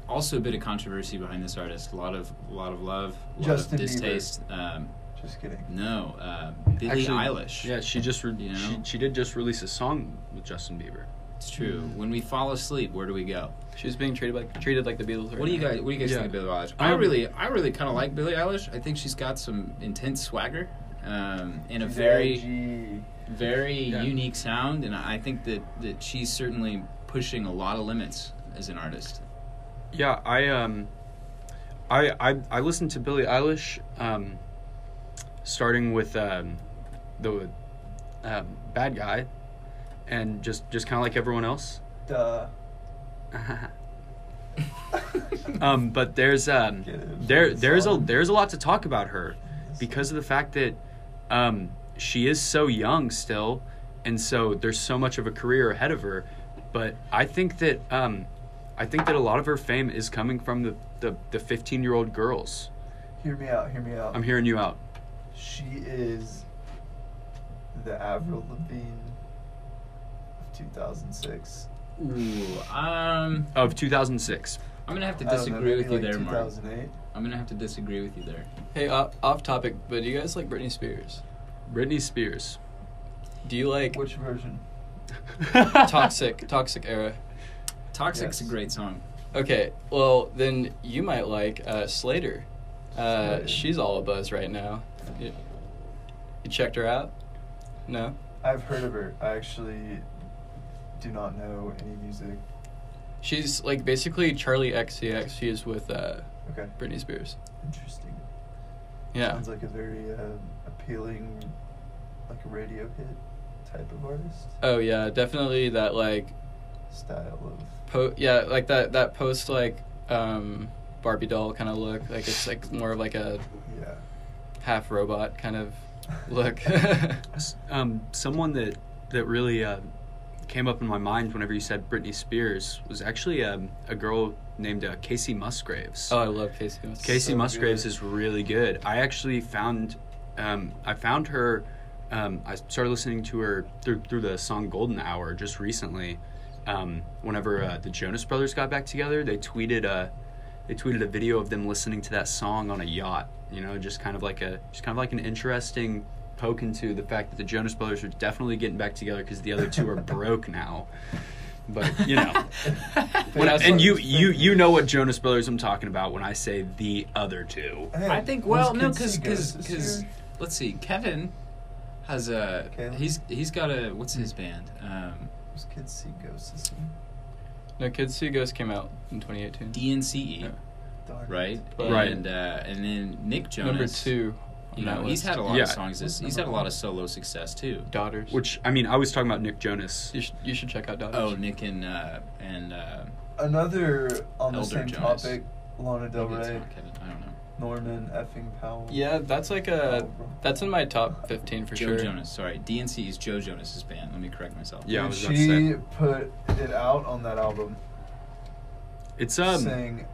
D: also a bit of controversy behind this artist. A lot of, a lot of love, a lot
E: Justin
D: of
E: Bieber.
D: distaste. Um,
E: Just kidding.
D: no, uh, Billie
C: Actually,
D: Eilish.
C: Yeah, she just re-
D: You
C: she
D: know?
C: she did just release a song with Justin Bieber.
D: It's true.
E: Hmm.
D: When we fall asleep, where do we go?
B: She was being treated like treated like the Beatles.
D: What do you
B: now.
D: guys What do you guys
C: Yeah.
D: think of Billie Eilish? I
C: Um,
D: really, I really kind of like Billie Eilish. I think she's got some intense swagger um, and a
E: She's
D: very,
E: IG.
D: very
C: Yeah.
D: unique sound. And I think that that she's certainly pushing a lot of limits as an artist.
C: Yeah, I um, I I I listened to Billie Eilish, um, starting with um, the um, bad guy, and just just kind of like everyone else.
E: Duh.
C: um, but there's um,
E: Get it.
C: there there's a
E: Song.
C: there's a lot to talk about her because of the fact that um, she is so young still, and so there's so much of a career ahead of her. But I think that um, I think that a lot of her fame is coming from the the, the 15 year old girls.
E: Hear me out. Hear me out.
C: I'm hearing you out.
E: She is the Avril Lavigne of 2006.
D: Ooh, um,
C: Of 2006.
D: I'm gonna have to
E: I don't know,
D: disagree with
E: maybe
D: you
E: like
D: there, Mark.
E: 2008.
D: I'm gonna have to disagree with you there.
B: Hey, o- off topic, but do you guys like Britney Spears?
C: Britney Spears.
B: Do you like
E: Which version?
B: Toxic Toxic Era?
D: Toxic's
E: Yes.
D: a great song.
B: Okay, well then you might like uh, Slater. Uh,
E: Slater.
B: she's all a buzz right now. You, you checked her out? No.
E: I've heard of her. I actually do not know any music.
B: She's like basically Charlie XCX. She is with uh,
E: Okay,
B: Britney Spears.
E: interesting.
B: Yeah.
E: Sounds like a very uh, appealing, like a radio hit type of artist
B: Oh yeah, definitely that like
E: style of.
B: po- yeah like that that post like um barbie doll kind of look like it's like more of like a
E: Yeah.
B: half robot kind of look
C: S- Um, someone that that really uh, came up in my mind whenever you said Britney Spears was actually um, a girl named uh, Casey Musgraves.
B: oh i love casey Musgraves.
C: Casey
E: so
C: Musgraves
E: good.
C: is really good. I actually found, um, I found her. Um, I started listening to her through through the song "Golden Hour" just recently. Um, whenever uh, the Jonas Brothers got back together, they tweeted a, they tweeted a video of them listening to that song on a yacht. You know, just kind of like a, just kind of like an interesting poke into the fact that the Jonas Brothers are definitely getting back together because the other two are broke now. But you know. When I- and you, you you know what Jonas Brothers I'm talking about when I say the other two.
E: Hey,
D: I think
E: was
D: well no
E: Kid
D: because
E: Seagulls
D: because
E: this
D: because
E: year?
D: let's see Kevin has a
E: Caleb?
D: he's he's got a what's his band? Um,
E: Those kids see ghosts this year.
B: No, Kids See Ghosts came out in 2018.
D: DNCE,
B: Yeah.
E: Darn it.
D: E, right?
B: But-
C: Right.
D: And uh, and then Nick Jonas.
B: Number two.
D: You
B: on
D: know,
B: that
D: he's
B: list.
D: had a lot
C: Yeah.
D: of songs. This, he's had a lot of solo success too.
B: Daughters.
C: Which I mean, I was talking about Nick Jonas.
B: you should, you should check out
D: Oh,
B: Daughters.
D: Nick and uh, and uh,
E: Another on the
D: Elder
E: same
D: Jonas.
E: topic. Lana Del
D: maybe it's
E: Rey,
D: not Kevin. I don't know.
E: Norman Effing Powell. Oh,
B: Yeah, that's like a that's in my top 15 for
D: Joe
B: sure.
D: Jonas. Sorry, DNC is Joe Jonas's band. Let me correct myself.
C: Yeah, I
E: Dude,
C: was about to
E: she
C: say.
E: put it out on that album,
C: It's um.
E: saying,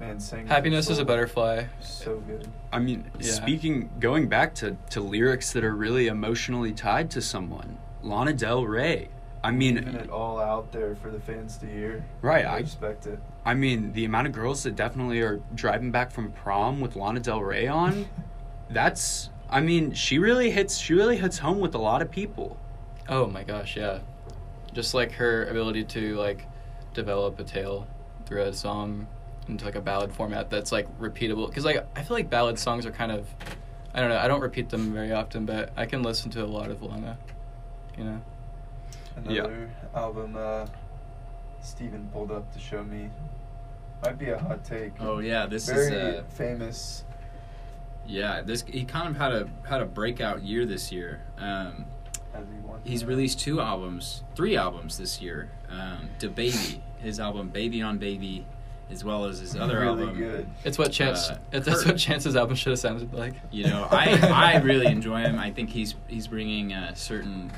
E: "Man, saying
B: Happiness is a butterfly.
E: So good.
C: I mean,
B: Yeah.
C: speaking, going back to, to lyrics that are really emotionally tied to someone, Lana Del Rey. I
E: Leaving
C: mean,
E: it all out there for the fans to hear.
C: right.
E: I
C: I,
E: respect it.
C: I mean, the amount of girls that definitely are driving back from prom with Lana Del Rey on, that's, I mean, she really hits, she really hits home with a lot of people.
B: Oh my gosh, yeah. Just like her ability to like develop a tale through a song into like a ballad format that's like repeatable. Because like I feel like ballad songs are kind of, I don't know, I don't repeat them very often, but I can listen to a lot of Lana. You know,
C: Yeah.
E: Another album uh, Steven pulled up to show me. Might be a hot take.
D: Oh yeah, this is
E: Very
D: uh,
E: famous.
D: yeah. This he kind of had a had a breakout year this year. Um,
E: As he wants
D: he's
E: to-
D: released two albums, three albums this year. Um, to Baby, his album Baby on Baby, as well as his other
E: really
D: album.
E: good.
B: it's what Chance,
D: Uh,
B: it's, that's
D: her-
B: what Chance's album should have sounded like.
D: You know, I I really enjoy him. I think he's he's bringing a certain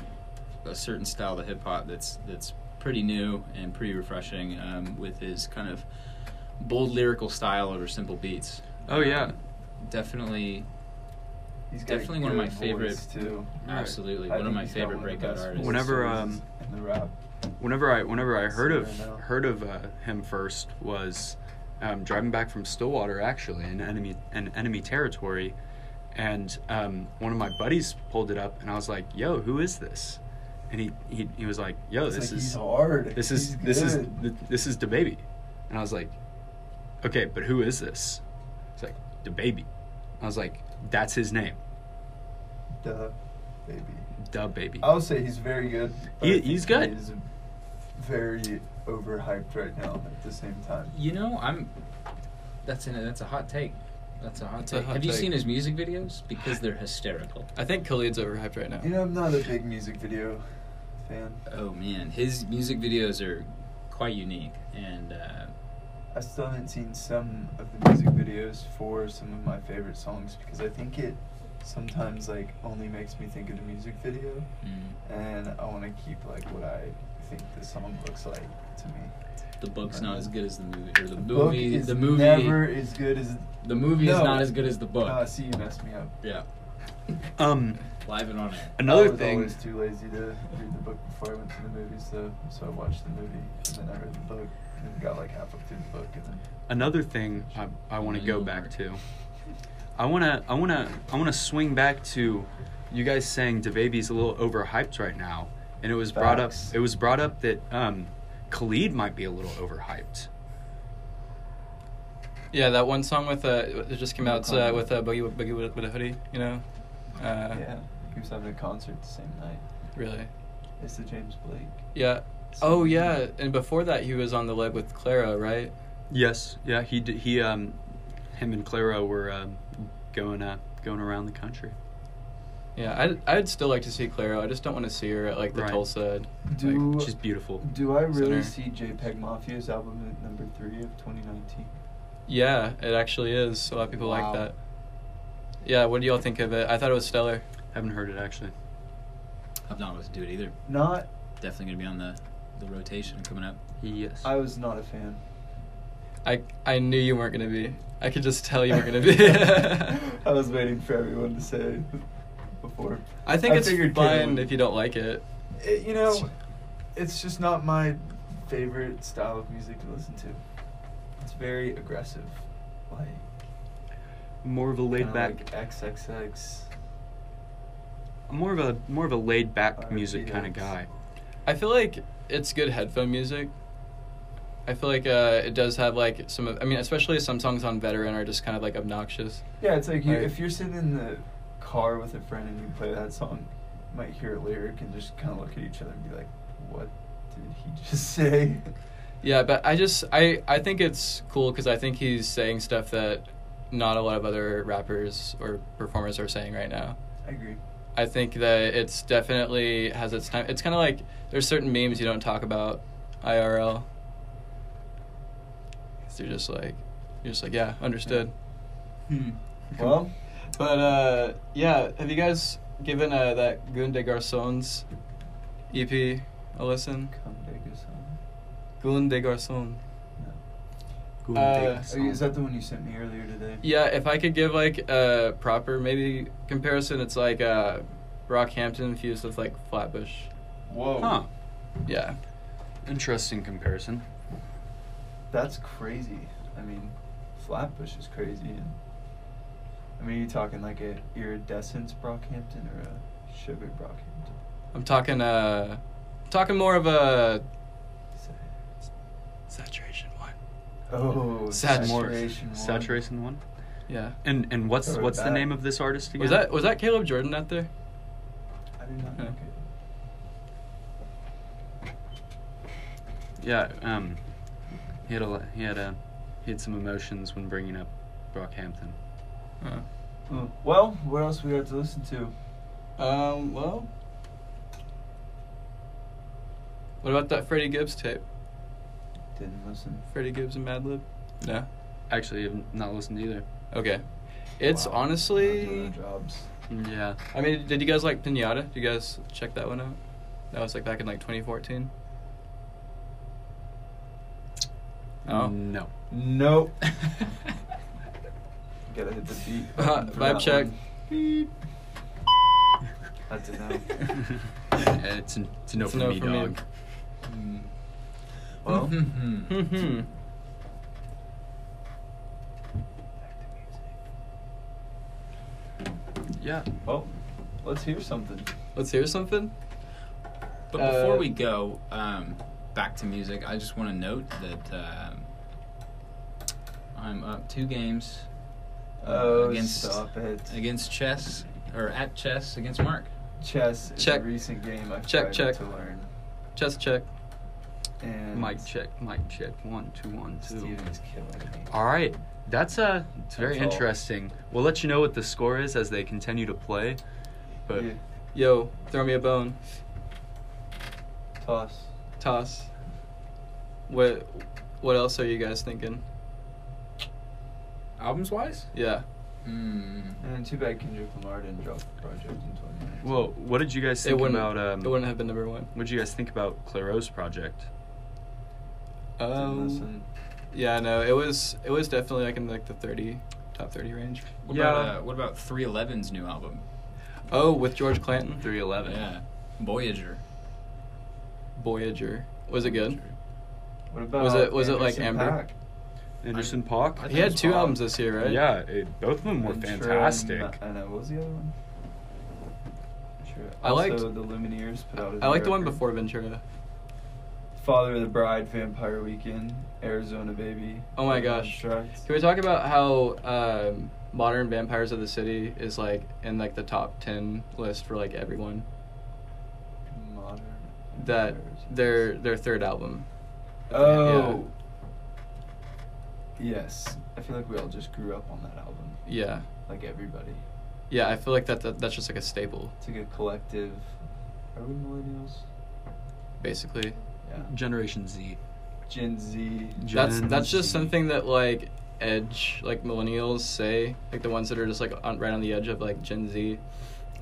D: a certain style of hip hop that's that's pretty new and pretty refreshing um, with his kind of bold lyrical style over simple beats.
C: Oh, yeah.
D: Um, definitely,
E: He's got a
D: Definitely one of my
E: good voice,
D: favorite-
E: too.
D: absolutely
E: I
D: one of
E: think
D: my
E: he's got
D: favorite
E: one of the
D: breakout
E: best
D: artists.
C: Whenever,
E: voices
C: um,
E: in the rap.
C: Whenever I, whenever I heard of,
E: Sorry, I know.
C: heard of uh, him first was um, driving back from Stillwater, actually, in enemy, in enemy territory. and um, one of my buddies pulled it up, and I was like, "Yo, who is this?" And he he, he was like, "Yo,
E: It's
C: this
E: like, he's
C: is
E: hard.
C: this is
E: He's
C: this is
E: good.
C: th- this is the baby," and I was like, "Okay, but who is this?" It's like the baby. I was like, "That's his name,
E: Duh, baby.
C: the baby."
E: I would say he's very good. but
C: He-
E: I think
C: he's good.
E: He is very overhyped right now. At the same time,
D: You know, I'm. That's an, that's a hot take. That's a hot
B: That's a
D: take.
B: hot
D: Have you
B: take.
D: seen his music videos? Because they're hysterical.
B: I think Khalid's overhyped right now.
E: you know, I'm not a big music video fan.
D: Oh man, his music videos are quite unique, and uh,
E: I still haven't seen some of the music videos for some of my favorite songs because I think it sometimes like only makes me think of the music video,
D: mm,
E: and I want to keep like what I think the song looks like to me.
D: the book's not as good as the movie, or the
E: book
D: movie,
E: is
D: the movie,
E: never as good as.
D: the movie is
E: No.
D: not as good as the book.
E: Ah, see, you messed me up.
D: yeah,
C: Um,
D: live and on air.
E: I
C: another
E: was
C: thing.
E: always too lazy to read the book before I went to the movies, so so I watched the movie and then I read the book and got like halfway through the book and then
C: another thing I, I want to go
D: Manual
C: back to.
D: work.
C: I want to I want to I want to swing back to you guys saying DaBaby's a little overhyped right now, and it was brought up
E: Facts.
C: it was brought up that um, Khalid might be a little overhyped.
B: Yeah, that one song with uh, it just came out it's, uh, with a uh, boogie boogie with, with a hoodie. You know, uh,
E: yeah, he was having a concert the same night.
B: really.
E: It's the James Blake.
B: Yeah. Oh yeah, and before that he was on the leg with Clara, right?
C: Yes, yeah, he d- he um, him and Clara were um, going uh, going around the country.
B: Yeah, I'd, I'd still like to see Clara. I just don't want to see her at like the
C: Right.
B: Tulsa.
E: Do
C: She's beautiful.
E: do I really
B: Center.
E: see JPEG Mafia's album at number three of 2019?
B: Yeah, it actually is. A lot of people like
E: Wow.
B: that. Yeah, what do y'all think of it? I thought it was stellar.
C: Haven't heard it actually.
D: I've not listened to it either.
E: Not.
D: Definitely gonna be on the the rotation coming up.
C: Yes.
E: I was not a fan.
B: I I knew you weren't gonna be. I could just tell you weren't gonna be.
E: I was waiting for everyone to say before.
B: I think
E: I
B: it's
E: figured Caleb
B: fine
E: would-
B: if you don't like it.
E: It, you know, it's just not my favorite style of music to listen to. It's very aggressive, like
C: more of a
E: kinda
C: laid back,
E: like XXX.
C: more of a more of a laid back
E: RPX.
C: music kind of guy.
B: I feel like it's good headphone music. I feel like uh, it does have like some. Of, I mean, especially some songs on Veteran are just kind of like obnoxious.
E: Yeah, it's like you,
B: Like-
E: if you're sitting in the car with a friend and you play that song, you might hear a lyric and just kind of look at each other and be like, "What did he just say?"
B: Yeah, but I just I I think it's cool because I think he's saying stuff that not a lot of other rappers or performers are saying right now.
E: I agree.
B: I think that it's definitely has its time. It's kind of like there's certain memes you don't talk about IRL. 'Cause You're just like, you're just like, yeah, understood.
E: Well,
B: But uh, yeah, have you guys given uh, that Goon de Garçons EP a listen?
E: come dig us on.
B: Goon de Garçon.
D: Cool.
B: Uh,
E: Oh, yeah, Is that the one you sent me earlier today?
B: Yeah, if I could give like a proper maybe comparison, it's like uh, Rockhampton infused with like Flatbush.
E: Whoa,
C: Huh.
B: Yeah.
C: Interesting comparison.
E: that's crazy. I mean, Flatbush is crazy. And, I mean, are you talking like a iridescence Brockhampton or a sugar Brockhampton?
B: I'm talking uh talking more of a
E: Say.
B: saturation one.
E: Oh,
C: Sat- more-
E: saturation. one.
C: Saturation one.
B: Yeah.
C: And and what's
E: Or
C: what's the
E: that.
C: name of this artist again?
B: Was that was that Caleb Jordan out there?
E: I did not
B: Yeah.
E: make it.
C: Yeah. Um. He had a lo- he had a he had some emotions when bringing up Brockhampton.
B: Oh.
E: Hmm. Well, what else we got to listen to?
B: Um, well. What about that Freddie Gibbs tape?
E: Didn't listen.
B: Freddie Gibbs and Madlib? No.
C: Actually, I've not listened either.
B: Okay. It's
E: Wow. Not doing
B: honestly
E: our jobs.
C: Yeah.
B: I mean, did you guys like Pinata? Did you guys check that one out? That was like back in like 2014. Oh.
C: No.
E: Nope. Gotta hit the beat.
B: Uh,
E: button for
B: vibe
E: that
B: check.
E: one. That's a no.
C: it's, a, it's a no
B: It's a
C: for
B: no
C: me,
B: for me.
C: dog.
E: Well,
B: Hmm.
C: Yeah.
E: well, let's hear something.
B: Let's hear something.
D: But before
B: Uh,
D: we go um, back to music, I just want to note that um, I'm up two games
B: Uh,
E: Oh,
D: Against-
E: stop it.
D: against chess or at chess against Mark.
E: Chess is
B: Check.
E: a recent game I've
B: Check,
E: tried
B: check.
E: to learn.
B: Chest check.
E: And
C: Mic check. Mic check. One, two, one, two.
E: Steven's killing me.
C: All right. That's uh, it's very
E: That's all.
C: interesting. We'll let you know what the score is as they continue to play. But
E: Yeah,
B: Yo, throw me a bone.
E: toss.
B: Toss. What what else are you guys thinking?
D: Albums wise?
B: Yeah.
D: Hmm.
E: And too bad Kendrick Lamar didn't drop the project in 2019.
C: well, what did you guys
B: it
C: think
B: wouldn't
C: about? Um,
B: it wouldn't have been number 1.
C: What did you guys think about Claro's project?
E: Didn't
B: Um
E: listen.
B: Yeah, no. It was it was definitely like in like the 30 top 30 range.
D: What
C: Yeah.
D: about uh, what about 311's new album?
B: Oh, with George Clanton.
C: Three eleven.
D: Yeah, Voyager.
B: Voyager. Was it good?
E: What about
B: Was it- was it like
E: Anderson
B: Amber?
E: Paak?
C: Anderson Park.
D: I
B: He had
D: That's
B: two
D: wild.
B: albums this year, right?
C: Yeah, it, both of them were
E: Ventura and
C: fantastic.
E: Ma- And uh, what was the other one? Ventura.
B: I liked-
E: Also, the Lumineers put out. a
B: I like the one
E: record.
B: before Ventura.
E: Father of the Bride, Vampire Weekend, Arizona Baby.
B: Oh my gosh.
E: Abstract.
B: Can we talk about how um, Modern Vampires of the City is like in like the top 10 list for like everyone?
E: Modern.
B: That
E: Vampires.
B: their their third album.
E: Oh. Yes, I feel like we all just grew up on that album.
B: Yeah.
E: Like everybody,
B: Yeah, I feel like that, that that's just like a staple
E: it's like a collective. Are we millennials?
B: basically.
E: Yeah.
C: Generation Z.
E: Gen Z.
B: that's
C: Gen
B: that's just
C: Z.
B: something that like edge like millennials say, like the ones that are just like on, right on the edge of like Gen Z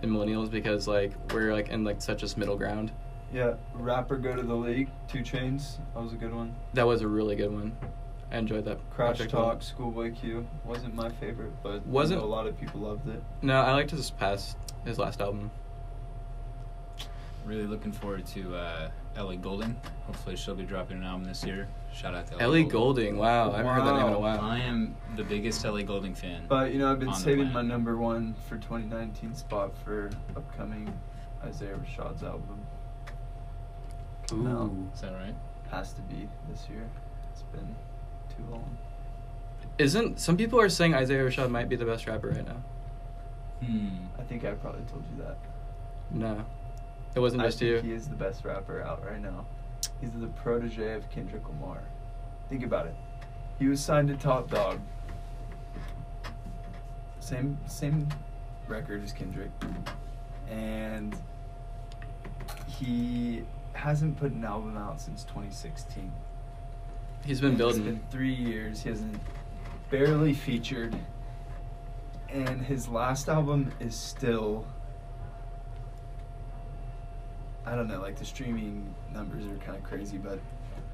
B: and millennials because like we're like in like such a middle ground.
E: Yeah. Rapper go to the league. Two Chains. That was a good one.
B: That was a really good one. I enjoyed that.
E: Crash
B: project a lot.
E: Talk, Schoolboy Q wasn't my favorite, but I
B: Wasn't-
E: know a lot of people loved it.
B: No, I liked his past his last album.
D: Really looking forward to uh, Ellie Goulding. Hopefully, she'll be dropping an album this year. Shout out to Ellie,
B: Ellie Goulding. Wow, I haven't heard that name in a
E: Wow.
B: while.
D: I am the biggest Ellie Goulding fan.
E: But you know, I've been
D: On the
E: saving my
D: planet.
E: number one for 2019 spot for upcoming Isaiah Rashad's album. Coming out.
B: Ooh.
D: Is that right?
E: Has to be this year. It's been too long.
B: Isn't some people are saying Isaiah Rashad might be the best rapper right now?
D: Hmm.
E: I think I probably told you that.
B: No, it wasn't
E: I
B: just
E: think
B: you.
E: he is the best rapper out right now. He's the protege of Kendrick Lamar. Think about it. He was signed to Top Dog. Same same record as Kendrick. And he hasn't put an album out since 2016.
B: He's been
E: It's
B: building.
E: been three years. He hasn't barely featured, and his last album is still. I don't know. Like the streaming numbers are kind of crazy, but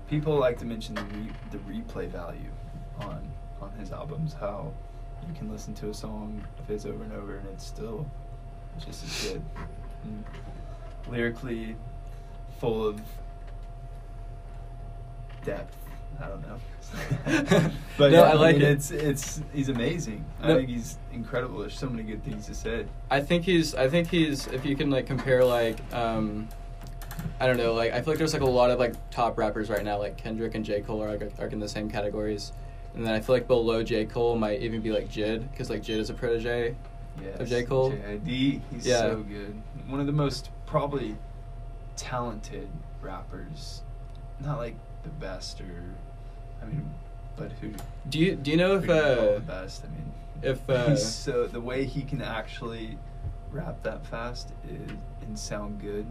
E: people like to mention the re- the replay value on on his albums. How you can listen to a song of his over and over, and it's still just as good. And lyrically, full of depth. I don't know. but
B: No,
E: yeah,
B: I like
E: mean,
B: it.
E: It's it's he's amazing. I
B: No.
E: think he's incredible. There's so many good things to say.
B: I think he's. I think he's. If you can like compare like, um, I don't know. Like I feel like there's like a lot of like top rappers right now. Like Kendrick and J Cole are like, are in the same categories, and then I feel like below J Cole might even be like Jid because like Jid is a protege.
E: Yes.
B: Of J. Cole?
E: JID, he's
B: Yeah.
E: so good. One of the most probably talented rappers. Not like the best or I mean but who
B: Do you do you know
E: who
B: if
E: do you call the
B: uh
E: best? I mean
B: if uh,
E: he's so the way he can actually rap that fast is, and sound good.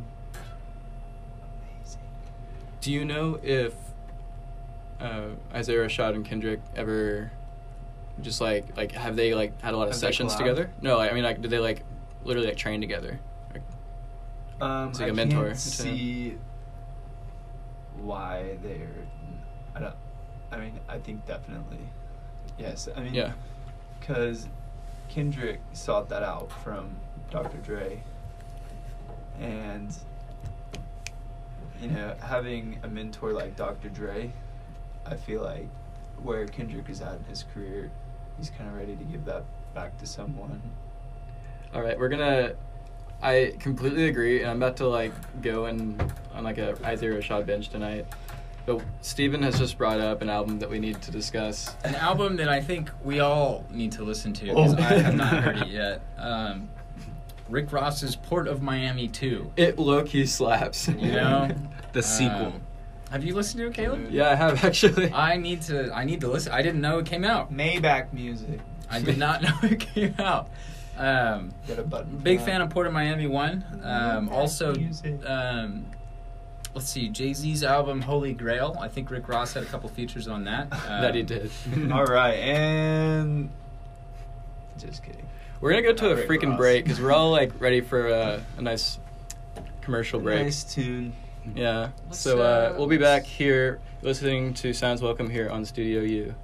E: Amazing.
B: do you know if uh, Isaiah Rashad and Kendrick ever just like like have they like had a lot of
E: Have they
B: sessions
E: collabed?
B: together? No, like, I mean like did they like literally like train together? Like,
E: Um,
B: It's like
E: I
B: a mentor
E: Can't
B: to-
E: see why they're. I don't. I mean, I think definitely. Yes, I mean.
B: yeah.
E: Because Kendrick sought that out from Dr. Dre, and you know, having a mentor like Dr. Dre, I feel like where Kendrick is at in his career, he's kind of ready to give that back to someone.
B: All right, we're gonna. I completely agree, and I'm about to like go and on like a Isaiah Rashad bench tonight. But Steven has just brought up an album that we need to discuss.
D: An album that I think we all need to listen to because
E: Oh.
D: I have not heard it yet. Um, Rick Ross's Port of Miami 2.
B: It low key slaps.
D: You know?
C: The sequel.
D: Um, have you listened to it, Caleb?
B: Yeah, I have actually.
D: I need to. I need to listen. I didn't know it came out.
E: Maybach music.
D: I did not know it came out. Um,
E: Got a button. for
D: big
E: that.
D: fan of Port of Miami One. Um,
E: Maybach
D: also,
E: music.
D: um, let's see, Jay Z's album Holy Grail. I think Rick Ross had a couple features on that. Um,
B: that he did.
E: All right, and just kidding.
B: We're gonna go to a
E: Rick
B: freaking
E: Ross.
B: break because we're all like ready for uh, a nice commercial break.
E: Nice tune.
B: Yeah.
D: Let's,
B: So uh,
D: uh,
B: we'll be
D: let's-
B: back here listening to Sounds Welcome here on Studio U.